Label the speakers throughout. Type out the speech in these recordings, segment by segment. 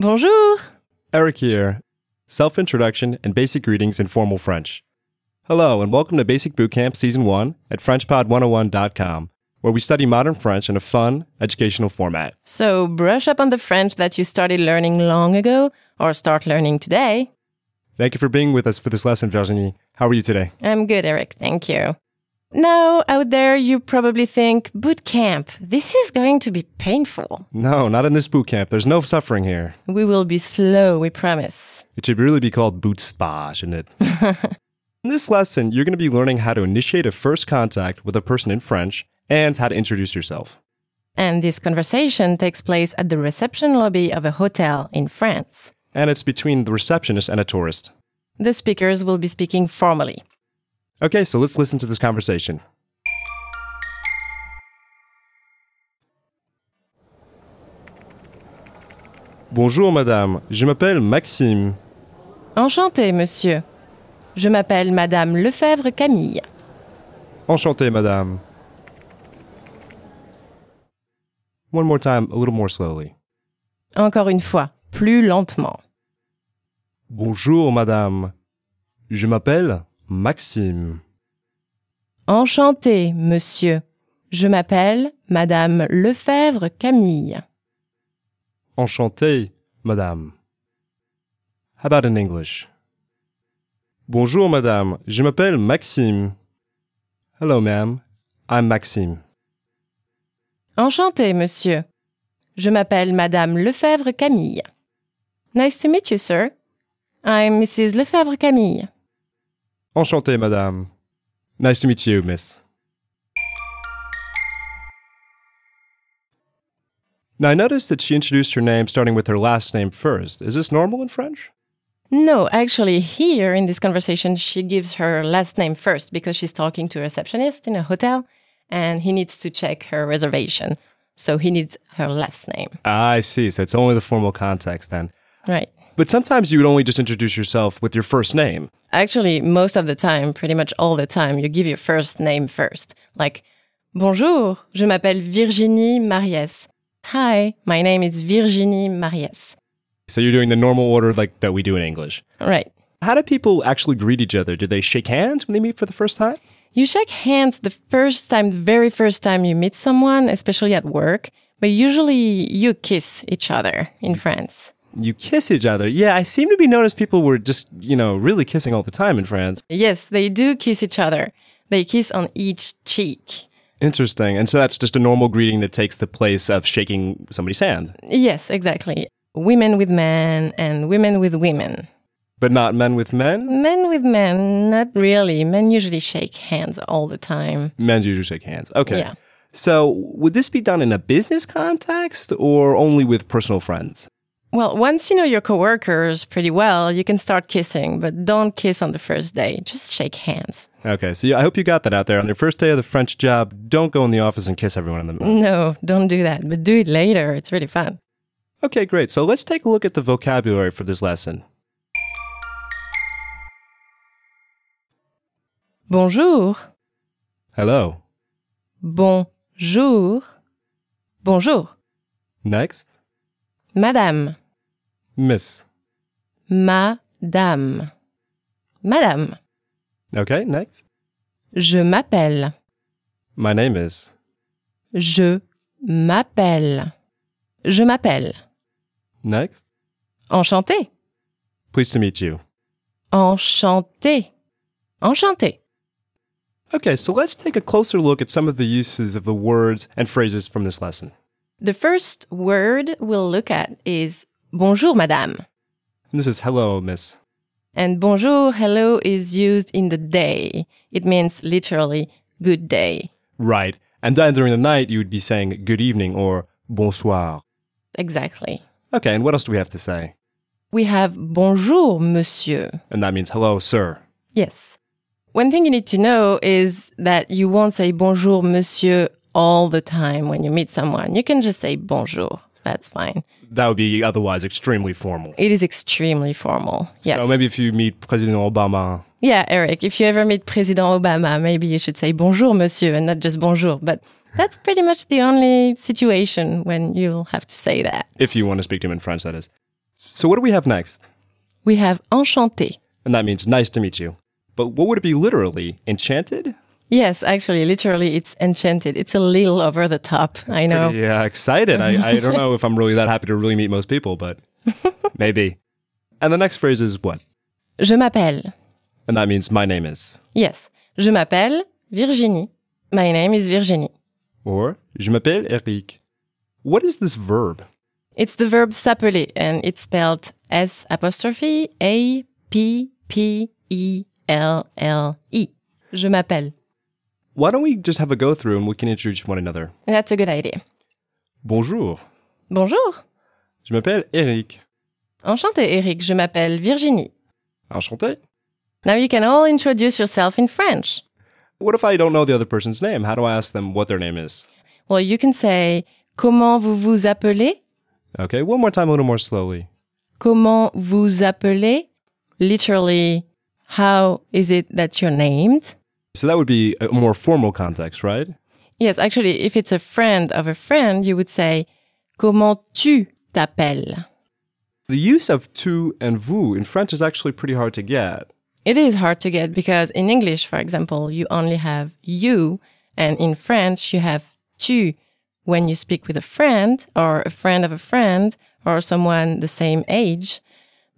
Speaker 1: Bonjour.
Speaker 2: Eric here. Self introduction and basic greetings in formal French. Hello, and welcome to Basic Bootcamp Season 1 at FrenchPod101.com, where we study modern French in a fun, educational format.
Speaker 1: So, brush up on the French that you started learning long ago or start learning today.
Speaker 2: Thank you for being with us for this lesson, Virginie. How are you today?
Speaker 1: I'm good, Eric. Thank you. Now, out there, you probably think boot camp. This is going to be painful.
Speaker 2: No, not in this boot camp. There's no suffering here.
Speaker 1: We will be slow, we promise.
Speaker 2: It should really be called boot spa, shouldn't it? in this lesson, you're going to be learning how to initiate a first contact with a person in French and how to introduce yourself.
Speaker 1: And this conversation takes place at the reception lobby of a hotel in France.
Speaker 2: And it's between the receptionist and a tourist.
Speaker 1: The speakers will be speaking formally.
Speaker 2: Okay, so let's listen to this conversation. Bonjour madame, je m'appelle Maxime.
Speaker 1: Enchanté, monsieur. Je m'appelle Madame Lefebvre Camille.
Speaker 2: Enchanté madame. One more time, a little more slowly.
Speaker 1: Encore une fois, plus lentement.
Speaker 2: Bonjour madame, je m'appelle Maxime.
Speaker 1: Enchanté, monsieur. Je m'appelle Madame Lefebvre Camille.
Speaker 2: Enchanté, madame. How about in English? Bonjour, madame. Je m'appelle Maxime. Hello, ma'am. I'm Maxime.
Speaker 1: Enchanté, monsieur. Je m'appelle Madame Lefebvre Camille. Nice to meet you, sir. I'm Mrs. Lefebvre Camille.
Speaker 2: Enchanté, madame. Nice to meet you, miss. Now, I noticed that she introduced her name starting with her last name first. Is this normal in French?
Speaker 1: No, actually, here in this conversation, she gives her last name first because she's talking to a receptionist in a hotel and he needs to check her reservation. So he needs her last name.
Speaker 2: Ah, I see. So it's only the formal context then.
Speaker 1: Right.
Speaker 2: But sometimes you would only just introduce yourself with your first name.
Speaker 1: Actually, most of the time, pretty much all the time, you give your first name first. Like, bonjour, je m'appelle Virginie Maries. Hi, my name is Virginie Maries.
Speaker 2: So you're doing the normal order like that we do in English.
Speaker 1: Right.
Speaker 2: How do people actually greet each other? Do they shake hands when they meet for the first time?
Speaker 1: You shake hands the first time, the very first time you meet someone, especially at work, but usually you kiss each other in France.
Speaker 2: You kiss each other. Yeah, I seem to be noticed people were just, you know, really kissing all the time in France.
Speaker 1: Yes, they do kiss each other. They kiss on each cheek.
Speaker 2: Interesting. And so that's just a normal greeting that takes the place of shaking somebody's hand,
Speaker 1: Yes, exactly. Women with men and women with women.
Speaker 2: but not men with men.
Speaker 1: Men with men, not really. Men usually shake hands all the time.
Speaker 2: Men usually shake hands. Okay.
Speaker 1: Yeah.
Speaker 2: So would this be done in a business context or only with personal friends?
Speaker 1: Well, once you know your coworkers pretty well, you can start kissing, but don't kiss on the first day. Just shake hands.
Speaker 2: Okay, so yeah, I hope you got that out there. On your first day of the French job, don't go in the office and kiss everyone in the mouth.
Speaker 1: No, don't do that, but do it later. It's really fun.
Speaker 2: Okay, great. So let's take a look at the vocabulary for this lesson.
Speaker 1: Bonjour.
Speaker 2: Hello.
Speaker 1: Bonjour. Bonjour.
Speaker 2: Next,
Speaker 1: Madame.
Speaker 2: miss.
Speaker 1: Madame. Madame.
Speaker 2: Okay, next.
Speaker 1: Je m'appelle.
Speaker 2: My name is.
Speaker 1: Je m'appelle. Je m'appelle.
Speaker 2: Next.
Speaker 1: Enchanté.
Speaker 2: Pleased to meet you.
Speaker 1: Enchanté. Enchanté.
Speaker 2: Okay, so let's take a closer look at some of the uses of the words and phrases from this lesson.
Speaker 1: The first word we'll look at is bonjour, madame.
Speaker 2: And this is hello, miss.
Speaker 1: And bonjour, hello is used in the day. It means literally good day.
Speaker 2: Right. And then during the night, you would be saying good evening or bonsoir.
Speaker 1: Exactly.
Speaker 2: Okay, and what else do we have to say?
Speaker 1: We have bonjour, monsieur.
Speaker 2: And that means hello, sir.
Speaker 1: Yes. One thing you need to know is that you won't say bonjour, monsieur all the time when you meet someone. You can just say bonjour. That's fine.
Speaker 2: That would be otherwise extremely formal.
Speaker 1: It is extremely formal. Yes.
Speaker 2: So maybe if you meet President Obama,
Speaker 1: Yeah, Eric, if you ever meet President Obama, maybe you should say bonjour, monsieur, and not just bonjour. But that's pretty much the only situation when you'll have to say that.
Speaker 2: if you want to speak to him in French, that is. So, what do we have next?
Speaker 1: We have enchanté.
Speaker 2: And that means nice to meet you. But what would it be literally? Enchanted?
Speaker 1: Yes, actually, literally, it's enchanted. It's a little over the top. I know.
Speaker 2: Pretty, uh, excited. I, I don't know if I'm really that happy to really meet most people, but maybe. And the next phrase is what?
Speaker 1: Je m'appelle.
Speaker 2: And that means my name is.
Speaker 1: Yes. Je m'appelle Virginie. My name is Virginie.
Speaker 2: Or je m'appelle Eric. What is this verb?
Speaker 1: It's the verb s'appeler and it's spelled S apostrophe A P P E L L E. Je m'appelle.
Speaker 2: Why don't we just have a go through and we can introduce one another?
Speaker 1: That's a good idea.
Speaker 2: Bonjour.
Speaker 1: Bonjour.
Speaker 2: Je m'appelle Eric.
Speaker 1: Enchanté, Eric. Je m'appelle Virginie.
Speaker 2: Enchanté.
Speaker 1: Now you can all introduce yourself in French.
Speaker 2: What if I don't know the other person's name? How do I ask them what their name is?
Speaker 1: Well, you can say, Comment vous vous appelez?
Speaker 2: Okay, one more time, a little more slowly.
Speaker 1: Comment vous appelez? Literally, how is it that you're named?
Speaker 2: So that would be a more formal context, right?
Speaker 1: Yes, actually, if it's a friend of a friend, you would say, Comment tu t'appelles?
Speaker 2: The use of tu and vous in French is actually pretty hard to get.
Speaker 1: It is hard to get because in English, for example, you only have you, and in French, you have tu when you speak with a friend or a friend of a friend or someone the same age.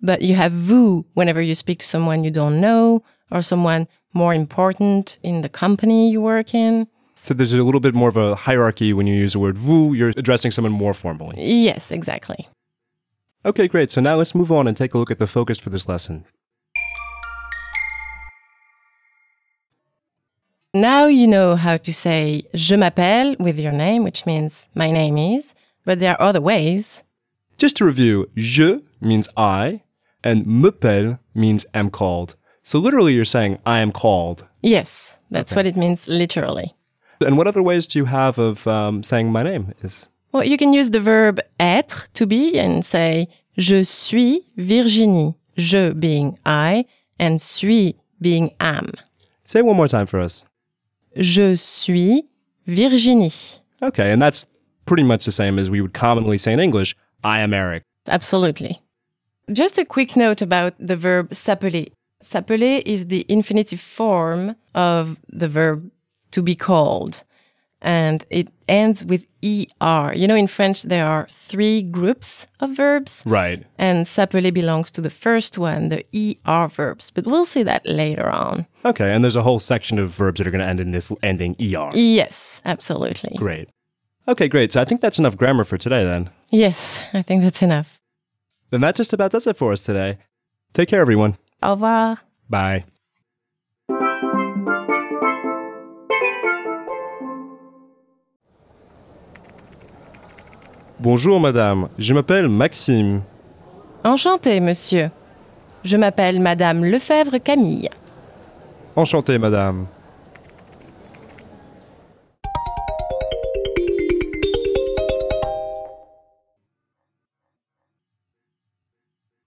Speaker 1: But you have vous whenever you speak to someone you don't know or someone more important in the company you work in.
Speaker 2: So there's a little bit more of a hierarchy when you use the word vous, you're addressing someone more formally.
Speaker 1: Yes, exactly.
Speaker 2: Okay, great. So now let's move on and take a look at the focus for this lesson.
Speaker 1: Now you know how to say je m'appelle with your name, which means my name is, but there are other ways.
Speaker 2: Just to review, je means I, and m'appelle means am called. So literally, you're saying I am called.
Speaker 1: Yes, that's
Speaker 2: Okay.
Speaker 1: what it means literally.
Speaker 2: And what other ways do you have of um, saying my name is?
Speaker 1: Well, you can use the verb être, to be, and say je suis Virginie. Je being I, and suis being am.
Speaker 2: Say it one more time for us.
Speaker 1: Je suis Virginie.
Speaker 2: Okay, and that's pretty much the same as we would commonly say in English I am Eric.
Speaker 1: Absolutely. Just a quick note about the verb s'appeler. S'appeler is the infinitive form of the verb to be called. And it ends with ER. You know, in French, there are three groups of verbs,
Speaker 2: Right.
Speaker 1: and s'appeler belongs to the first one, the ER verbs. But we'll see that later on.
Speaker 2: Okay, and there's a whole section of verbs that are going to end in this ending er.
Speaker 1: E Yes, absolutely.
Speaker 2: Great. Okay, great. So I think that's enough grammar for today then.
Speaker 1: Yes, I think that's enough.
Speaker 2: Then that just about does it for us today. Take care, everyone.
Speaker 1: Au revoir.
Speaker 2: Bye. Bonjour, madame. Je m'appelle Maxime.
Speaker 1: Enchanté, monsieur. Je m'appelle Madame Lefebvre Camille.
Speaker 2: Enchanté, madame.